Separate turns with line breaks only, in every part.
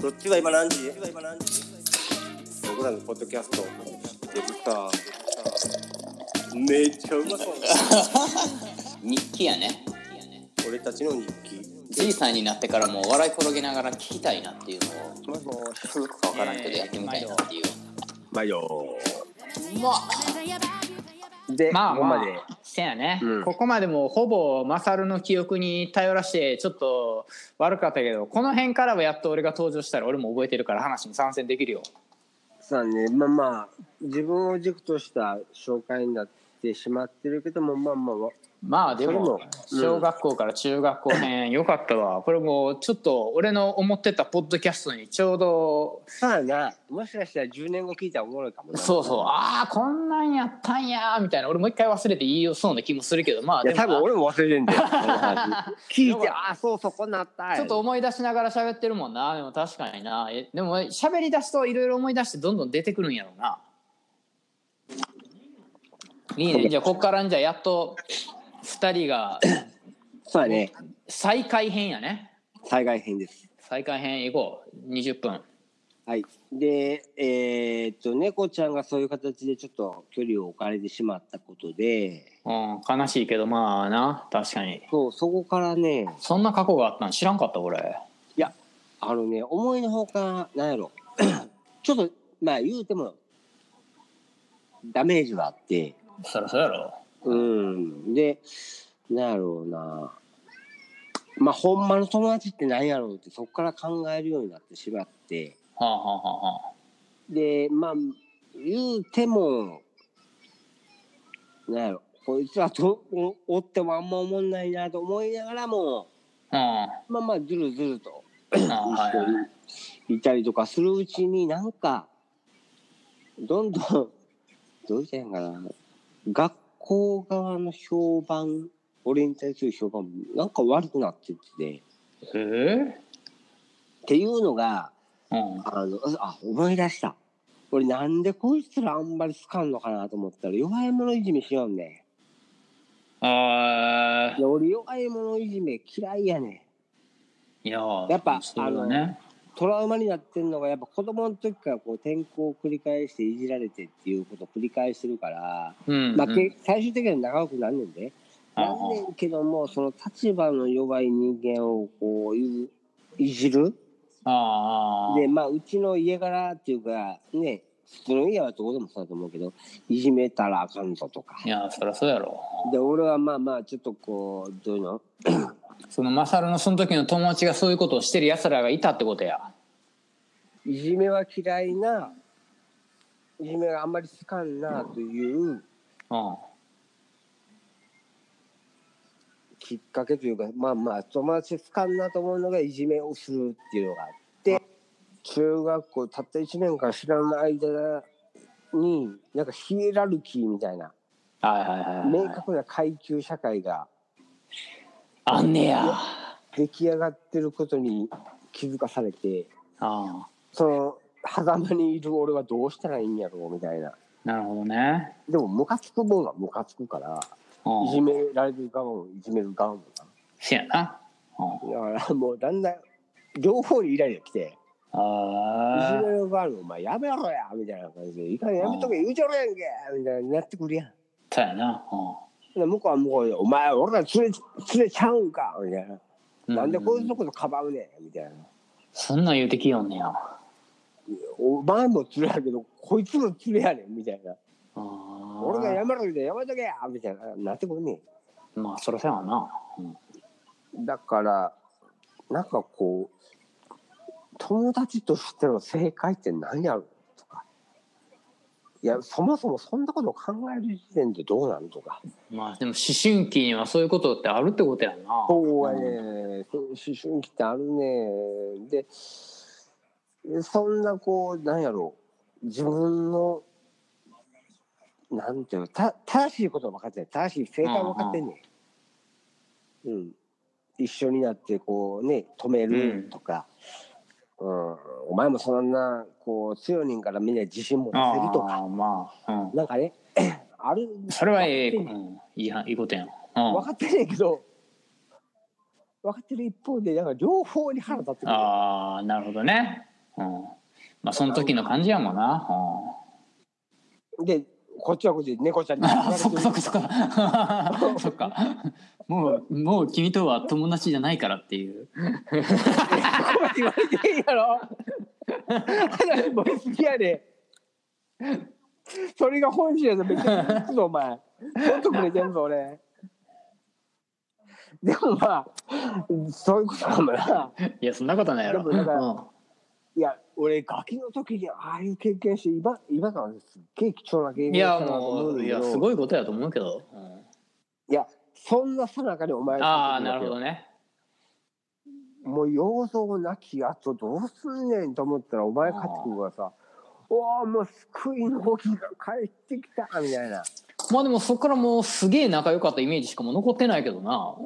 どっちが今何時僕らのポッドキャストデブタめっちゃうまそう
日記やね
俺たちの日記
じいさんになってからもう笑い転げながら聞きたいなっていうのを
もしもし
続くか分からんけどやってみたいなっていう、
毎度
まあ
で
まあ
ここ
まあ
まで、
せやね、
うん
ここまでもうほぼマサルの記憶に頼らしてちょっと悪かったけどこの辺からはやっと俺が登場したら俺も覚えてるから話に参戦できるよ
さあねまあまあ自分を軸とした紹介になってしまってるけどもまあまあわ
まあでも
それもうん
小学校から中学校編よかったわこれもうちょっと俺の思ってたポッドキャストにちょうど
さあなもしかしたら10年後聞いたらおもろいかもな
そうそうああこんなんやったんやーみたいな俺もう一回忘れて言いよそうな気もするけどまあ
い
で
や
も
多分俺も忘れてんだよ 聞い
よ
て
か
ああそうそうこうなった
ちょっと思い出しながら喋ってるもんなでも確かになえでも喋り出すといろいろ思い出してどんどん出てくるんやろうないいねじゃあこっからんじゃあやっと2人が
そうやね
再開編やね
災害編です
再開編いこう20分
はいでえーっと猫ちゃんがそういう形でちょっと距離を置かれてしまったことで
うん悲しいけどまあな確かに
そうそこからね
そんな過去があったん知らんかった俺
いやあのね思いのほかなんやろ ちょっとまあ言うてもダメージはあって
そりゃそうやろ
うんでなんやろうなまあほんまの友達って何やろうってそこから考えるようになってしまって
はあはあはあはあ
でまあ言うてもなんやろこいつはとおおってもあんま思んないなと思いながらも
うん
まあまあずるずると
あはい
一
は
緒にいたりとかするうちになんかどんどんどうしたらいいんかな学校側の評判俺に対する評判なんか悪くなってって
いえ
っていうのが
うん
あのあ思い出した俺なんでこいつらあんまり好かんのかなと思ったら弱い者いじめしようね
あ
いや俺弱い者いじめ嫌いやねん
いや
やっぱ
そうだね
トラウマになってんのがやっぱ子供の時からこう転校を繰り返していじられてっていうことを繰り返してるから、
うんうん
まあ、け最終的には仲良くなんねんで。
ああ
なんねんけどもその立場の弱い人間をこういういじる
ああ
でまあうちの家柄っていうかね普通の家はどうでもそうだと思うけどいじめたらあかんぞとか
いやそりゃそうやろ
で俺はまあまあちょっとこうどういうの
そのマサルのその時の友達がそういうことをしてる奴らがいたってことや
いじめは嫌いないじめがあんまり好かんなという
うん
きっかけというかまあまあ友達好かんなと思うのがいじめをするっていうのがあって中学校たった1年間知らない間になんかヒエラルキーみたいな
はいはいはいはい、
明確な階級社会が
あんねやあ
出来上がってることに気づかされて
あ
その狭間にいる俺はどうしたらいいんやろうみたいな
なるほどね
でもムカつくもんはムカつくからいじ
うん
められる側もいじめる側もな
せやなうん
だからもうだんだん両方にイライラ来て。いじ
あ
める側のお前やめろやみたいな感じで、いかにやめとけ言うちょろやんけみたいになってくるやん。
あそうやなう
で向こうは向こうで、お前俺ら連れ連れちゃうんかみたいな。
ん
なんでこ
う
いつのことかばうねんみたいな。
そんなん言うてきよんねやあ
お前も連れやけど、こいつも連れやねんみたいな。
あ
俺がやめろ言うてやめとけやみたいな。なってくるね
まあそりゃそうやわな、うん、
ん。だから、なんかこう、友達としての正解って何やろとか。いや、そもそもそんなことを考える時点でどうなのとか。
まあでも思春期にはそういうことってあるってことやんな
そうやね、そう思春期ってあるね。で、そんなこう、なんやろう、自分の、なんていうの、た正しいことは分かってない、正しい正解は分かってんね、ん。うん。一緒になって、こうね、止めるとか、うん、お前もそんな、こう、強い人からみんな自信持たせるとか、
ああまあ、うん、
なんかね、 ある、
それはええ、うん、いいはいいことやん、うん、
分かってんねんけど、分かってる一方でなんか両方に腹立ってくる
ああなるほどね、うん、まあその時の感じやもんな、
でこっちはこっちで猫ちゃん
うん、
に
あ ーそっかそっかそっ かそっかもうもう君とは友達じゃないからっていう
こ言われてんやろ話も好きやでそれが本心やぞ別に行くぞお前ほんとくれてんぞ俺でもまあそういうことかもない
やそんなことないやろ
でもなんか
うん
いや俺ガキの時にああいう経験して今今からすっげえ貴重な経験
いや
したなと思
も
うん
う
だ
い
けど
やすごいことやと思うけど、
いやそんなさなかにお前が
ああなるほどね
もう要像なきやつをどうすんねんと思ったらお前勝君がさ「おおもう救いの時が帰ってきた」みたいな
まあでもそこからもうすげえ仲良かったイメージしかもう残ってないけどな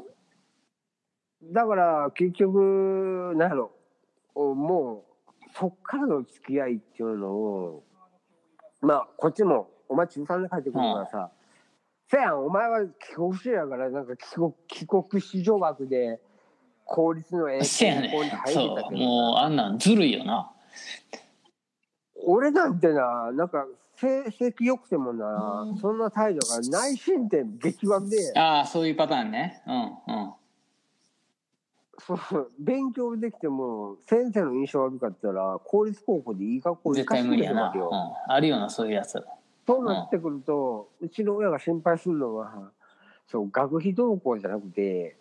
だから結局なんやろおもうそっからの付き合いっていうのをまあこっちもお前中3で帰ってくるからさ、せやんお前は帰国子女やからなんか帰国帰国子女枠で公立の英語
せや
に入
ね
ってたけど
そうもうあんなんずるいよな
俺なんてな、なんか成績良くてもな、そんな態度が内心点激悪で、
ああそういうパターンねうんうん
そう勉強できても先生の印象悪かったら、公立高校でいい学校行
絶
か
対
して
無
く
理
れ
や
るわ
な、
けよ。
うん、あるよなそういうやつ
そうなってくると、うちの親が心配するのは、そう、学費動向じゃなくて、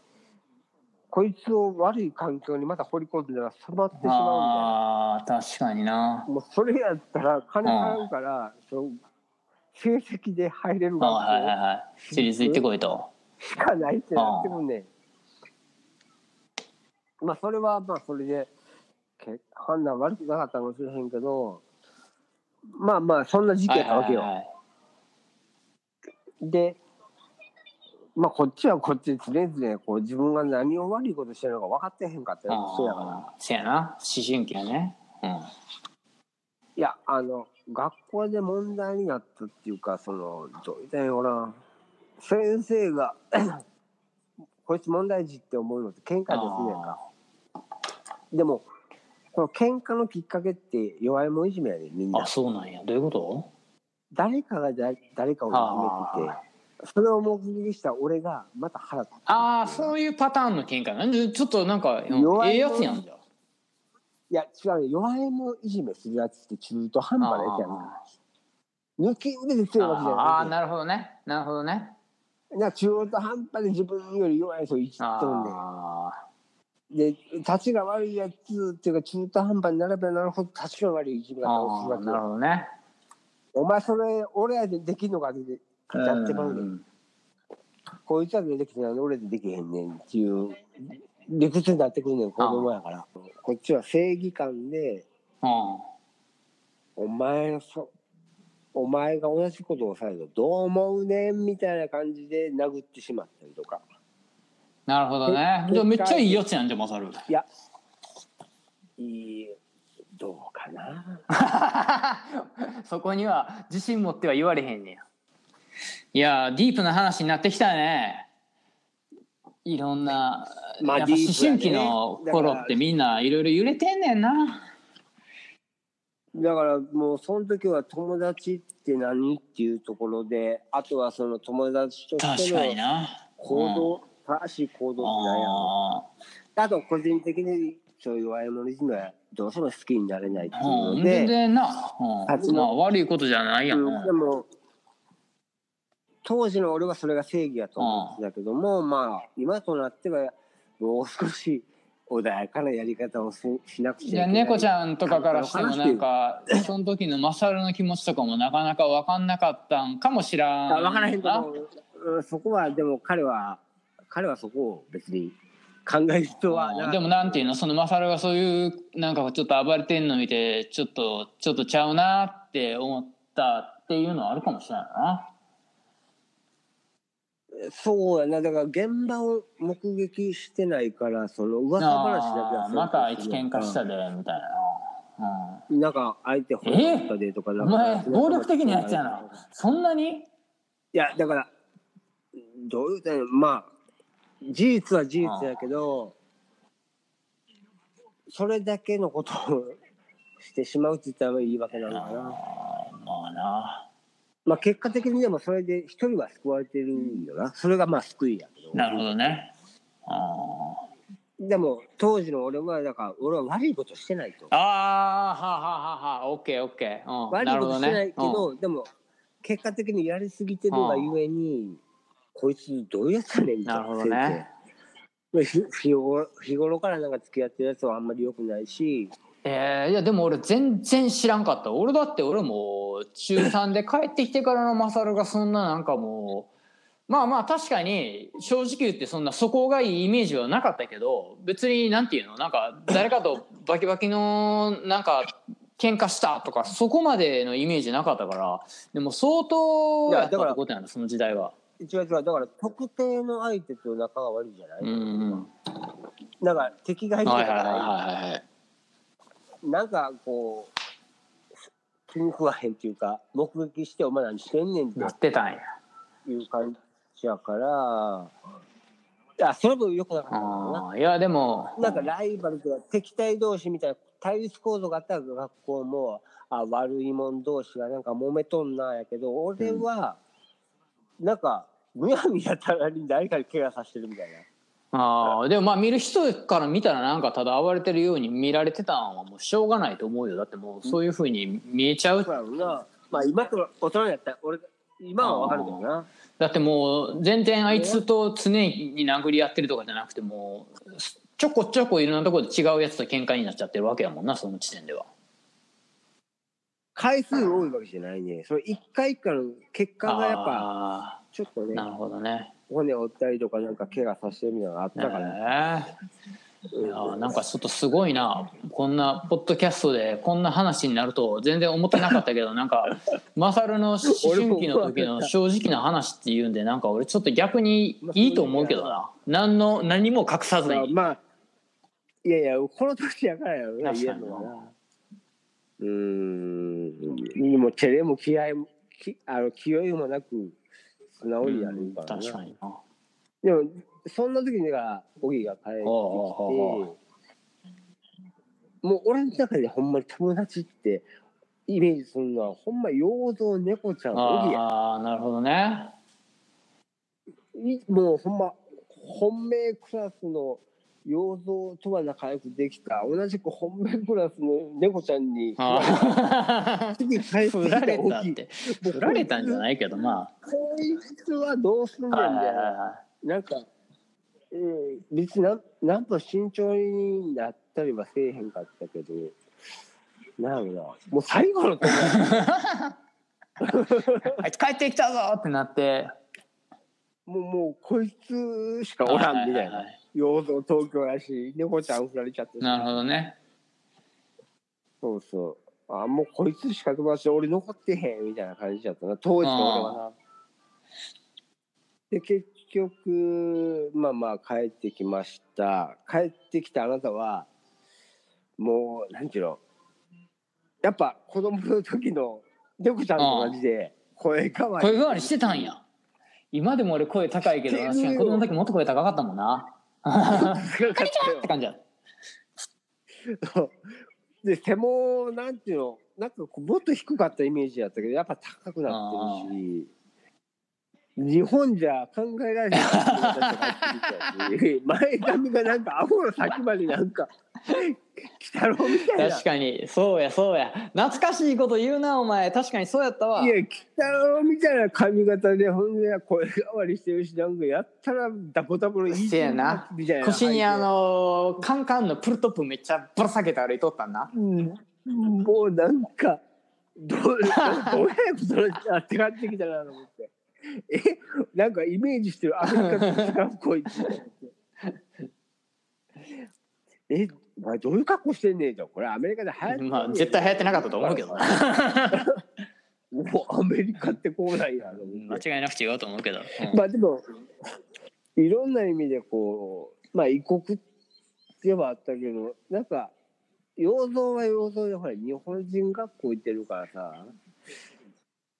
こいつを悪い環境にまた掘り込んだら染まってしまうんだよ。
ああ確かにな
もうそれやったら金払うから、そう成績で入れる
ああはいはい
学
はい私立行ってこいと
校しかないってなってくんねん。まあそれはまあそれでけ判断悪くなかったかもしれへんけど、まあまあそんな時期
は
や
い
ったわ
は
け
い
よ。
はい
で、まあ、こっちはこっちで常々こう自分が何を悪いことしてるのか分かってへんかったよそうやから。
ああせやな思春期やねうん
いや、あの、学校で問題になったっていうか、その、どう言ったらいいのかな。先生が、 こいつ問題児って思うのって喧嘩ですねんか。でも、この喧嘩のきっかけって弱いもんいじめやねんみんな
あ。そうなんやどういうこと
誰かがだ誰かをいじめてて、それを目撃した俺がまた腹立つ。
ああそういうパターンの喧嘩なんでちょっとなんかうん
弱
え
い
えやつやんじゃ
いや、違うよ。弱いもんいじめするやつって中途半端なやつやんか。抜きんで強いわけじゃない。
ああーなるほどねなるほどね
なんか中途半端で自分より弱い人をいじっとるんだよ
ああ
で、立ちが悪いやつっていうか中途半端になればなるほど立ちが悪いいじめ方をする
あ
わ
あ
け
なるほ
よ。
どね
お前それ、俺やでできんのかってやってまうねん。こいつはできてないのに俺でできへんねんっていう理屈になってくるねん、子供やから。こっちは正義感で、
うん
お前そ、お前が同じことをされるとどう思うねんみたいな感じで殴ってしまったりとか。
なるほどね
で
じゃあめっちゃいいやつやんじゃんマサル
いや、いい、どうかな。
そこには自信持っては言われへんねやいやーディープな話になってきたねいろんな、
まあ
やっぱ
ディ
思
ープやね
春期の頃ってみんないろいろ揺れてんねんな
だからもうその時は友達って何っていうところで、あとはその友達とし
確
て
かに
の
な
行動、正しい行動って何やろ
あ
あと個人的にそういう弱い者いじめはどうしても好きになれないっていう
ーう
の
ん全
で、
然な、う
立
ん、
ち
ま
の
あ悪いことじゃないやん、
うんでも当時の俺はそれが正義やと思うんだけども、まあ今となってはもう少し穏やかなやり方をししなくちゃい
じ
け
ゃ
な
あ
い。
猫ちゃんとかからしてもなん
あ
かその時のマサルの気持ちとかもなかなか分かんなかったんかもしらん
分からへんと思ううん。そこはでも彼は彼はそこを別に考える人は
うんでもなんていうのそのマサルがそういうなんかちょっと暴れてんの見てちょっとちょっとちゃうなって思ったっていうのはあるかもしれないな
そうやなだから現場を目撃してないからその噂話だけは
あーまたあいつ喧嘩したでみたいな、
なんか相手ほやったでとか
う、
なん
お
んか
前暴力的なやつやなそんなに
いやだからどういうたらいいのまあ事実は事実やけどそれだけのことを してしまうって言ったら言い訳なのかな。
あーまあな
まあ結果的にでもそれで一人は救われてるんよな。それがまあ救いやけど。
なるほどねあ
でも当時の俺はだから俺は悪いことしてないと
ーあーはあはあはあオッケーオッケー、うん、
悪い
なる
こ
ほ
と
ど
してない
ね
け
うん
ど、でも結果的にやりすぎてるがゆえに、こいつどういうやつやねんみたい
なるほどね
せいぜいまあひ日頃日頃からなんか付き合ってるやつはあんまり良くないし
えー、いやでも俺全然知らんかった俺だって俺も中3で帰ってきてからのマサルがそんななんかもうまあまあ確かに正直言ってそんな素行がいいイメージはなかったけど別になんていうのなんか誰かとバキバキのなんか喧嘩したとかそこまでのイメージなかったからでも相当やったってことやなその時代は
一番一番だから特定の相手と仲が悪いじゃない、
うんうん
だから敵がいるか
はいはい
ら、
はいはいはい
なんかこう気に食わへんっていうか目撃してお前何してんねんって
なってたんや
いう感じやからあそれも良くなかったのかな
あーいやでも
なんかライバルとか敵対同士みたいな対立構造があったら学校もあ悪い者同士がなんか揉めとんなやけど俺はなんかむやみやたらに誰かに怪我させてるみたい
ああでもまあ見る人から見たらなんかただ暴れてるように見られてたんはもうしょうがないと思うよだってもうそういうふうに見えちゃう
な。そうやろなまあ今と大人やったら俺今はわかるけどな。
だってもう全然あいつと常に殴り合ってるとかじゃなくてもうちょこちょこいろんなところで違うやつと喧嘩になっちゃってるわけやもんなその時点では
回数多いわけじゃないね。それ一回一回の結果がやっぱ
あ
ちょっと
ー
ね
なるほどね
骨折ったりとかなんか怪我させてるみたいなのがあった
え
から。
ーいやーなんかちょっとすごいなこんなポッドキャストでこんな話になると全然思ってなかったけどなん かマサルの思春期の時の正直な話っていうんでなんか俺ちょっと逆にいいと思うけどな何の何も隠さずに
まあ、いやいや、この年やからやろな、
確か
言えん
に
のはな。うーん、もう照れも気合いも、きあの気負いもなく、素直にやるからな。
確かにな
でも、そんな時には、小木が帰ってき
お
て、
うおうおう
もう俺の中でほんまに友達って、イメージするのは、ほんま、陽動猫ちゃん、小木や。
ああなるほどね
いもうほんま本命クラスの養蔵とは仲良くできた同じく本命クラスの猫ちゃんに
あー
次 返
振られたっ
きい
て振られたんじゃないけどま
こいつはどうすんねん
あ
みた
はいは
い
いはい
な
は
なんか、えー別になんなんと慎重になったりはせえへんかったけどなんやろなもう最後のとこや
いあいつ帰ってきたぞってなって
もうもうこいつしかおらんみたい
ははは
な
は
養蔵東京やし猫ちゃん振られちゃって
なるほどね
そうそう。あ、もうこいつしか友達で俺残ってへんみたいな感じだったな。当時の俺はな。で、結局、まあまあ帰ってきました。帰ってきたあなたは、もう、なんちゅうの。やっぱ子供の時の猫ちゃんと同じで、声変わり。
声変わりしてたんや今でも俺声高いけど
してるよ
確かに子供の時もっと声高かったもんな
強かったよ
って感じや
そうで背もなんていうのなんかこうもっと低かったイメージやったけどやっぱ高くなってるし日本じゃ考えられない感 じだし前髪がなんか顎の先までなんか鬼太郎みたいな
確かにそうやそうや懐かしいこと言うなお前確かにそうやったわ
いや鬼太郎みたいな髪型でほんで声変わりしてるしなんかやったらダボダボのいい
せやな
みたいな
腰にあのーカンカンのプルトップめっちゃぶら下げて歩いとったんな
うんもうなんかどうどうやってそれあって帰ってきたなと思ってえなんかイメージしてるアフリカと違うこいつえお前どういう格好してんねんじゃんこれアメリカで流行ってんねん
まあ絶対流行ってなかったと思うけどな
もうアメリカってこうなんやと思
間
って
違いなく違うと思うけど、うん
まあでもいろんな意味でこうまあ異国ではあったけどなんか洋蔵は洋蔵でほら日本人学校行ってるからさ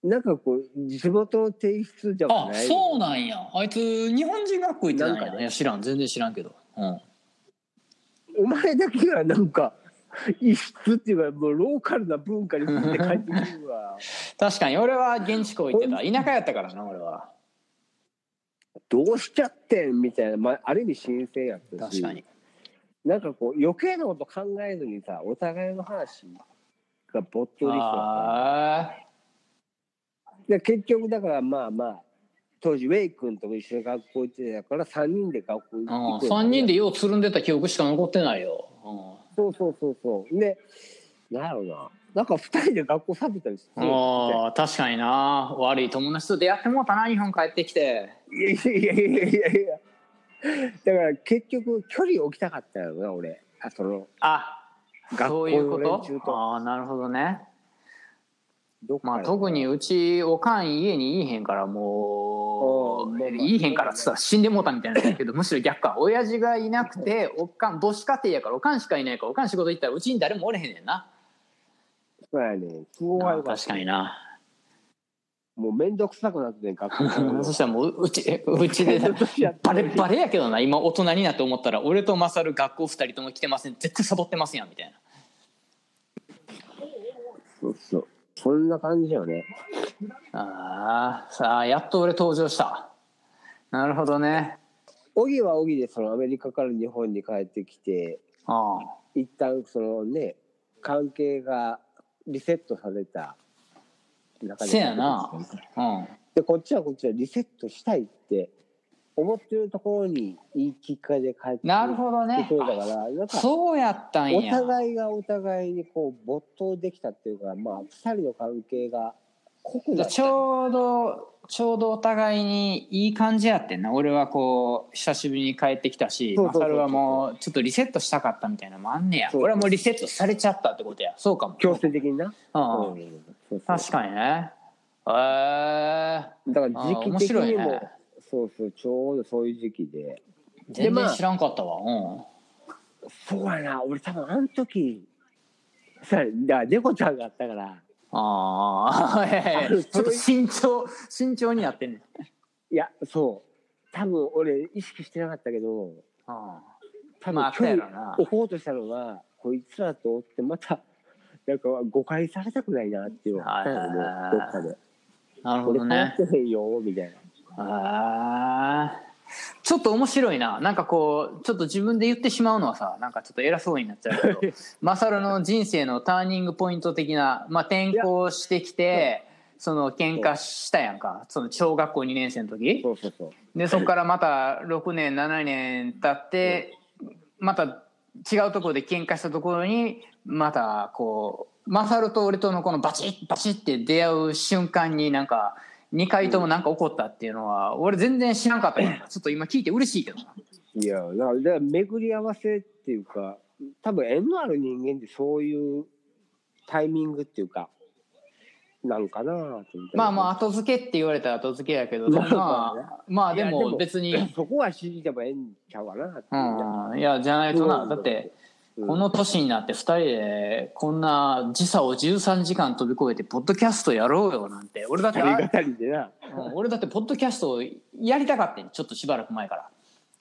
なんかこう地元の提出じゃ
あ
ない
そうなんやあいつ日本人学校行ってないんや
なんか
ねいや知らん全然知らんけど、うん、
お前だけがなんか異質っていうかもうローカルな文化に触れて帰ってくるわ
確かに俺は現地校行ってた田舎やったからな俺は
どうしちゃってんみたいな、まあ、ある意味新鮮やった
確
し
かに
なんかこう余計なこと考えずにさお互いの話がぼっとりそう
ああ
で結局だからまあまあ当時ウェイ君とも一緒に学校行ってたから3人で学校行く
うん
ようにな
3
って
人でようつるんでた記憶しか残ってないよ、
そうそうそうそうでなんやろうななんか2人で学校去ってたりして
うん、ああ確かにな悪い友達と出会ってもうたな日本帰ってきて
いやいやいやいやいやいやだから結局距離置きたかったよな俺あその
あ
学
そ
校
ういうこ
の連
と
中と
ああなるほどね
どっか
まあ
で
特にうちおかん家にいいへんからも
おー
う
まあまあ
いいへんからっつったら死んでもうたみたいなんだけ どむしろ逆か親父がいなくておかん母子家庭やからおかんしかいないからおかん仕事行ったらうちに誰もおれへんねんな
そうやねそうはよかっ
確かにな
たもう面倒くさくなってね 学校行くの
そしたらもううちえうち でバレバレやけどな今大人になって思ったら俺とマサル学校2人とも来てません絶対サボってますやんみたいな
そうそうそんな感じよね
あーさあやっと俺登場したなるほどね
小木は小木でそのアメリカから日本に帰ってきて
あ
一旦そのね関係がリセットされた中
あ
で
せやなうん
でこっちはこっちはリセットしたいって思ってるところにいいきっかけで帰って
なるほどね
くるからなんか
そうやったん
お
や
互いがお互いにこう没頭できたっていうかまあ二人の関係が濃くなった
ちょうどちょうどお互いにいい感じやってんな俺はこう久しぶりに帰ってきたし
そうそ
マ
うそう
サルはもうちょっとリセットしたかったみたいなのもあんねや
そう
俺はもうリセットされちゃったってことやそうかも
強制的にな、
うん
うんそうそう
確かにねへえ
だから
あー
時期
面
的
白
に
い
も、
ね
そうそうちょうどそういう時期でで
全
ま
然
あ
知らんかったわ、
そうやな俺多分あの時さだから猫ちゃんがあったから
うんああい やいやちょっと慎重慎重になってんねん
いやそう多分俺意識してなかったけど
あ
多
まああ
分
っ
距
たやろ
離
な
置こうとしたのはこいつらとおってまたなんか誤解されたくないなっていうのがあったよね
はいはいはい
どっかで
あなる
「
ほ
俺
ど
変わ
ね
ってへんよ」みたいな
ああちょっと面白いななんかこうちょっと自分で言ってしまうのはさなんかちょっと偉そうになっちゃうけど マサルの人生のターニングポイント的な、まあ、転校してきてその喧嘩したやんかその小学校2年生の時
そうそうそう
でそこからまた6年7年経ってまた違うところで喧嘩したところにまたこうマサルと俺とのこのバチッバチッって出会う瞬間になんか2回ともなんか起こったっていうのは俺全然知らんか ったやんちょっと今聞いて嬉しいけどない
やだからだから巡り合わせっていうか多分縁のある人間ってそういうタイミングっていうかなんかなぁと思って
まあまあ後付けって言われたら後付けやけど
ま
ま
あ
あまあで
いやでも
も別に
そこは信じてもええんちゃうかなっていう
うんいやじゃないとなだって
うん
この年になって2人でこんな時差を13時間飛び越えてポッドキャストやろうよなんて俺だって
二
あ
人語りでな
うん俺だってポッドキャストをやりたかったんちょっとしばらく前から、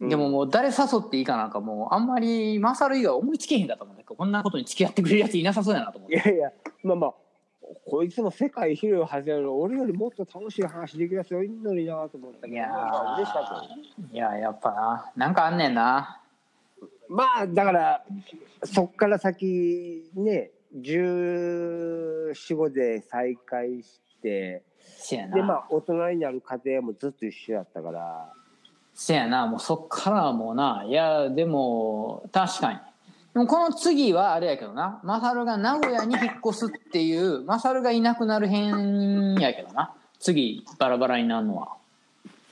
うん
でももう誰誘っていいかなんかもうあんまりマサル以外思いつけへんかったもんねこんなことに付き合ってくれるやついなさそうやなと思っ
い
て
やいやまあまあこいつも世界広いはずやのに俺よりもっと楽しい話できるやつがいんのになと思ったけど
いやー
まあ嬉しかったよ
いややっぱななんかあんねんな
まあだからそっから先ね1415で再会して
せやな
でまあ大人になる過程もずっと一緒だったから
せやなもうそっからはもうないやでも確かにでもこの次はあれやけどなマサルが名古屋に引っ越すっていうマサルがいなくなる編やけどな次バラバラになるのは。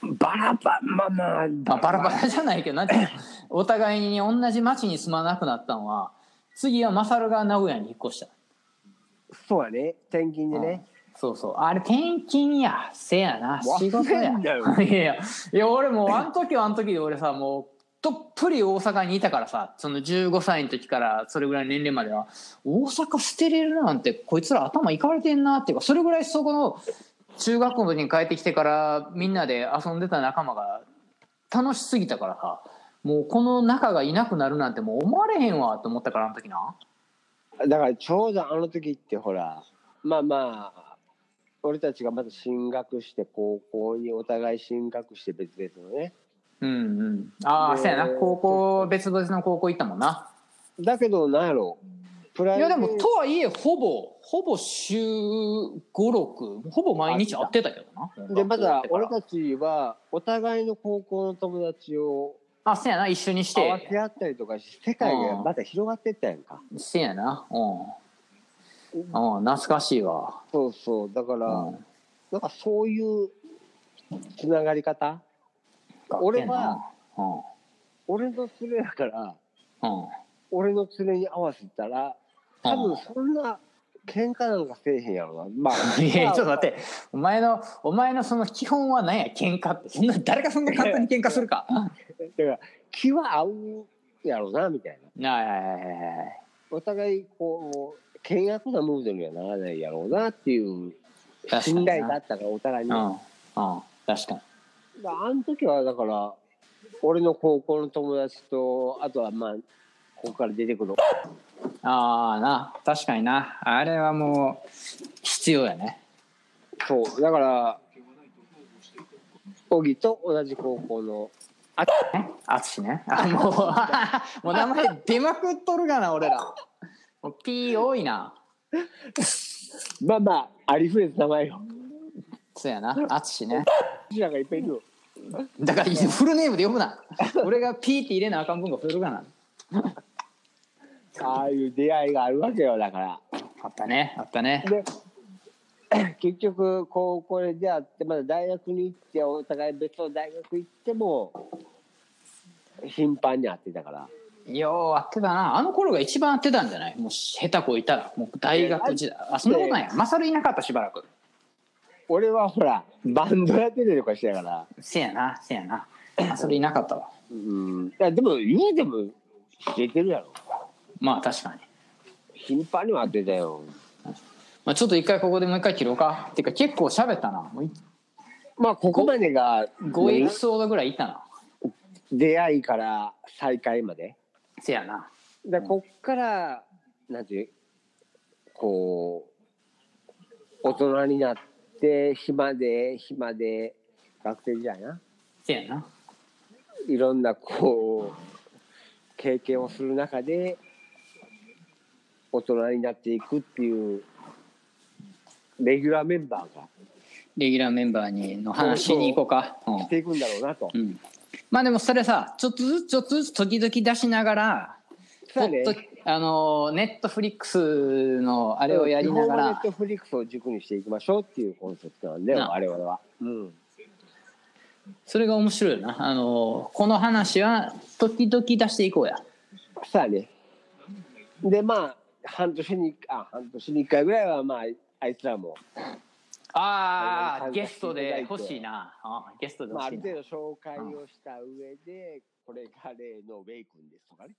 バラバラまあまあ
まあ、バラバラじゃないけど なんていうのお互いに同じ町に住まなくなったのは次はマサルが名古屋に引っ越した、
そうやね転勤でね
そうそうあれ転勤やせやな
忘れ
仕
んなよ
事や いやいやいや俺もうあの時はあの時で俺さもうどっぷり大阪にいたからさその15歳の時からそれぐらいの年齢までは大阪捨てれるなんてこいつら頭いかれてんなっていうかそれぐらいそこの中学校の時に帰ってきてからみんなで遊んでた仲間が楽しすぎたからさもうこの仲がいなくなるなんてもう思われへんわと思ったからあの時な
だからちょうどあの時ってほらまあまあ俺たちがまず進学して高校にお互い進学して別々のね
うんうんああ
ねえ
そうやな高校別々の高校行ったもんな
だけどなんやろプラ
い
イベ
や
ー
で
ト
もとはいえほぼほぼ週56ほぼ毎日会ってたけどな
でまだ俺
ち
たちはお互いの高校の友達を
あせやな一緒にし
合わ
て
せ合ったりとかし世界がまた広がってったやんか、
せやなうん、うん、懐かしいわ、
そうそうだから、
うん、
なんかそういうつながり方俺は
うん
俺の連れだから
うん
俺の連れに合わせたら多分そんな喧嘩なんかせえへんや ろなまあ
いやちょっと待ってお前のお前のその基本は何や喧嘩ってそんな誰がそんな簡単に喧嘩するか
だから気は合うやろなみたいな
はいはいはいはい
お互いこう険悪なムードにはならないやろうなっていう
確かに
信
な
頼があったからお互いに、
うんうん確かに
だあの時はだから俺の高校の友達とあとはまあここから出てくる
ああな確かになあれはもう必要やね
そうだから小木と同じ高校の
あつしねあもう もう名前出まくっとるがな俺らもうピー多いな
まあまあありふれた名前 よ
そうやなあつしね
うちらがいっぱいいるよ
だからフルネームで呼ぶな俺がピーって入れなあかん分が増えるがな
ああいう出会いがあるわけよだから
あったねあったね
で 結局高校で出会ってまだ大学に行ってお互い別の大学行っても頻繁に会ってたから
よう会ってたなあの頃が一番会ってたんじゃないもう下手子いたらもう大学時代あそんなことないやマサルいなかったしばらく
俺はほらバンドやってたりとかしてたから
せやなせやなマサルいなかったわ
うんいやでも言うても知れてるやろ
まあ確かに
頻繁には当てたよ
まあ、ちょっと一回ここでもう一回切ろうかっていうか結構喋ったなもうい
まあここまでが
5エピソードぐらいいったな
出会いから再会まで
せやな
でこっからなんていうこう大人になって暇で暇で学生時代な
せやない
ろんなこう経験をする中で大人になっていくっていうレギュラーメンバーが
レギュラーメンバーにの話しに行こうかう
していくんだろうなと。
ん、うん、まあでもそれさちょっとずつちょっとずつ時々出しながら
そうやね
ポッドあのネットフリックスのあれをやりなが
ネッ
ら
トフリックスを軸にしていきましょうっていうコンセプトなんで
な
我々は。うん
それが面白いよなあのこの話は時々出していこうや
そうやね。でまあ半年にあ半年に一回ぐらいはまああいつらも、
あ
ー
あゲストで欲しいなあーゲストで
まあ、あ
欲し
る
いな
程度紹介をした上でこれが例のウェイ君ですとかね。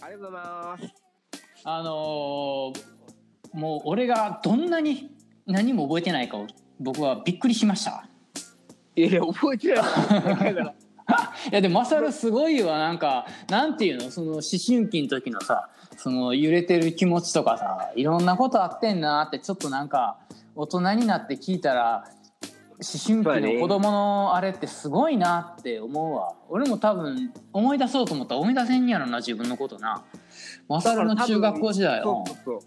ありがとうございます。
あのーもう俺がどんなに何も覚えてないかを僕はびっくりしました
いやいや覚え てない。だから
いやでもマサルすごいわなんかなんていうのその思春期の時のさその揺れてる気持ちとかさいろんなことあってんなってちょっとなんか大人になって聞いたら思春期の子供のあれってすごいなって思うわ俺も多分思い出そうと思ったら思い出せんやろな自分のことなマサルの中学校時代
そううそうそう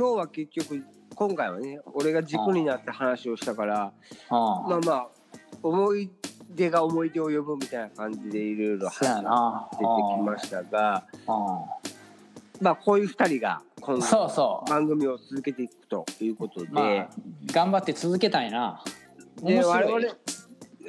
今日は結局今回はね俺が軸になって話をしたか
ん
ら
うん
まあまあ思い出が思い出を呼ぶみたいな感じでいろいろ
そうや
話が
な
出てきましたが
うん
まあこういう2人が今後
そうそう。
番組を続けていくということで,、
まあ、頑張って続けたいな。
で
面白い
我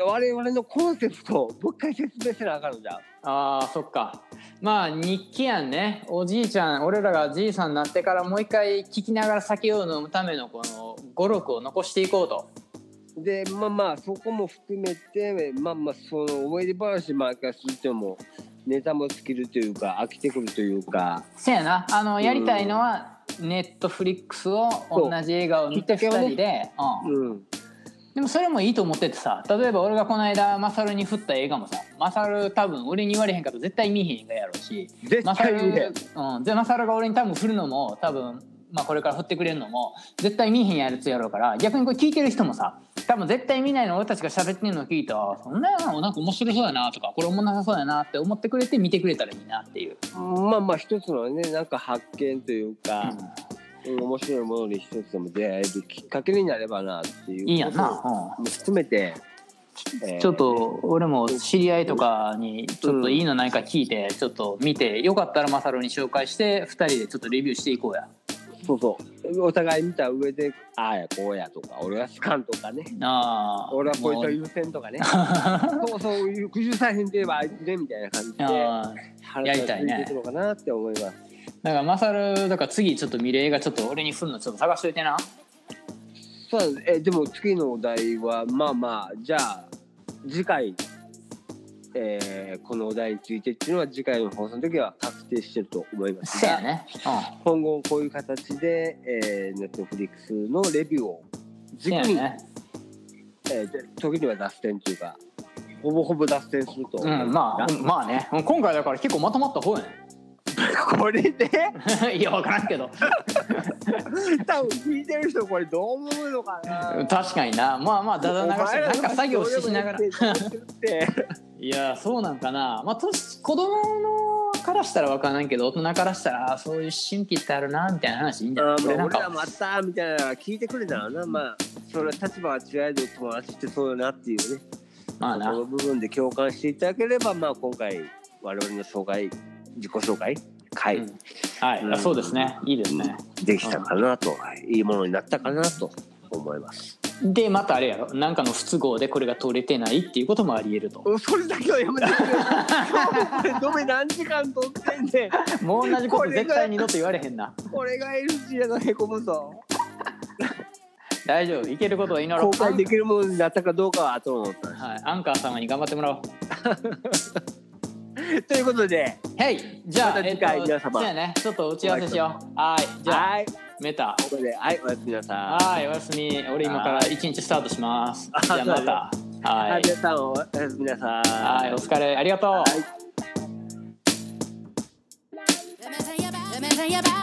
々我々のコンセプトをもう一回説明せなあかんのじゃん
ああ、そっか。まあ、日記やんね。おじいちゃん、俺らがじいさんになってからもう一回聞きながら酒を飲むためのこの語録を残していこうと。
でまあまあそこも含めてまあまあその思い出話毎回するっていうのもネタも尽きるというか飽きてくるというか
せやな。あの、やりたいのは、ネットフリックスを同じ映画を見て
きっかけ
二
をね
人で、うん
うん
でもそれもいいと思っててさ例えば俺がこの間マサルに振った映画もさマサル多分俺に言われへんかったら絶対見へん映画やろうし
絶
マサ
対
ル、
見れん
うん、でマサルが俺に多分振るのも多分、まあ、これから振ってくれるのも絶対見へんやつやろうから逆にこれ聞いてる人もさ多分絶対見ないの俺たちが喋ってるのを聞いたらそんなやななんか面白そうやなとかこれおもんなさそうやなって思ってくれて見てくれたらいいなっていう、
まあまあ一つのねなんか発見というか、うん面白いものに一つでも出会えるきっかけになればなっていう
いいやんな、
こと
うん
も含めて、えー
ちょっと俺も知り合いとかにちょっといいのないか聞いてちょっと見てよかったらマサルに紹介して2人でちょっとレビューしていこうや
そうそうお互い見た上でああやこうやとか俺は好かんとかね
ああ
俺はこいつは
もう
優先と かねそうそういう苦渋再編といえばあいつねみたいな感じで
ああやりたいね
話が続ていくのかなって思います
だからマサルだから次ちょっと見る映画ちょっと俺に振るのちょっと探しといてな
そうなんですえでも次のお題はまあまあじゃあ次回、えーこのお題についてっていうのは次回の放送の時は確定してると思います
そうや
が
ね
今後こういう形で、えネットフリックスのレビューを
うん
軸
そうや
に、
ね
えーで時には脱線というかほぼほぼ脱線すると
う
思いますが
んまあうんまあねうん今回だから結構まとまった方やね
これで
いや分からんけど
多分聞いてる人これどう思うのかな
確かになまあまあだだ流してなんか作業してしながら
ら。
いやーそうなんかな、まあ、年子供のからしたら分からんけど大人からしたらあーそういう心機ってあるなみたいな話いいんじゃ
あ
ない
ー
俺
ま
なん
あ、俺ら
か
もあったみたいなのが聞いてくれたらな、まあ、それは立場が違えど友達ってそうよなっていうね、
まあ
そこ
な
の部分で共感していただければ、まあ、今回、我々の紹介、自己紹介、回、
うんはい、
うん
あそうですねいいですね、
できたかなと、いいものになったかなと思います。
でまたあれやろなんかの不都合でこれが取れてないっていうこともありえると
それだけはやめてくれ。今日これ、延べ何時間撮ってんねん。
もう同じこ
ことれが
絶対二度と言われへんな
これが LG やのへこむぞ。
大丈夫いけることを祈ろ
公
う
開できるものになったかどうかは後の思った。
はい、アンカー様に頑張ってもらおう
ということで、
ヘイじゃあ、
また次回
えっと
皆様
そうやねちょっと打ち合わせしようはいじゃあ
はい、
メタ
ここで、はい、おやすみなさい。
はいおやすみ俺今から一日スタートしますじゃあまたは
はい
い、
皆さんおやすみなさい。
はい、お疲れ、ありがとう。
Let me tell you about, let me tell you about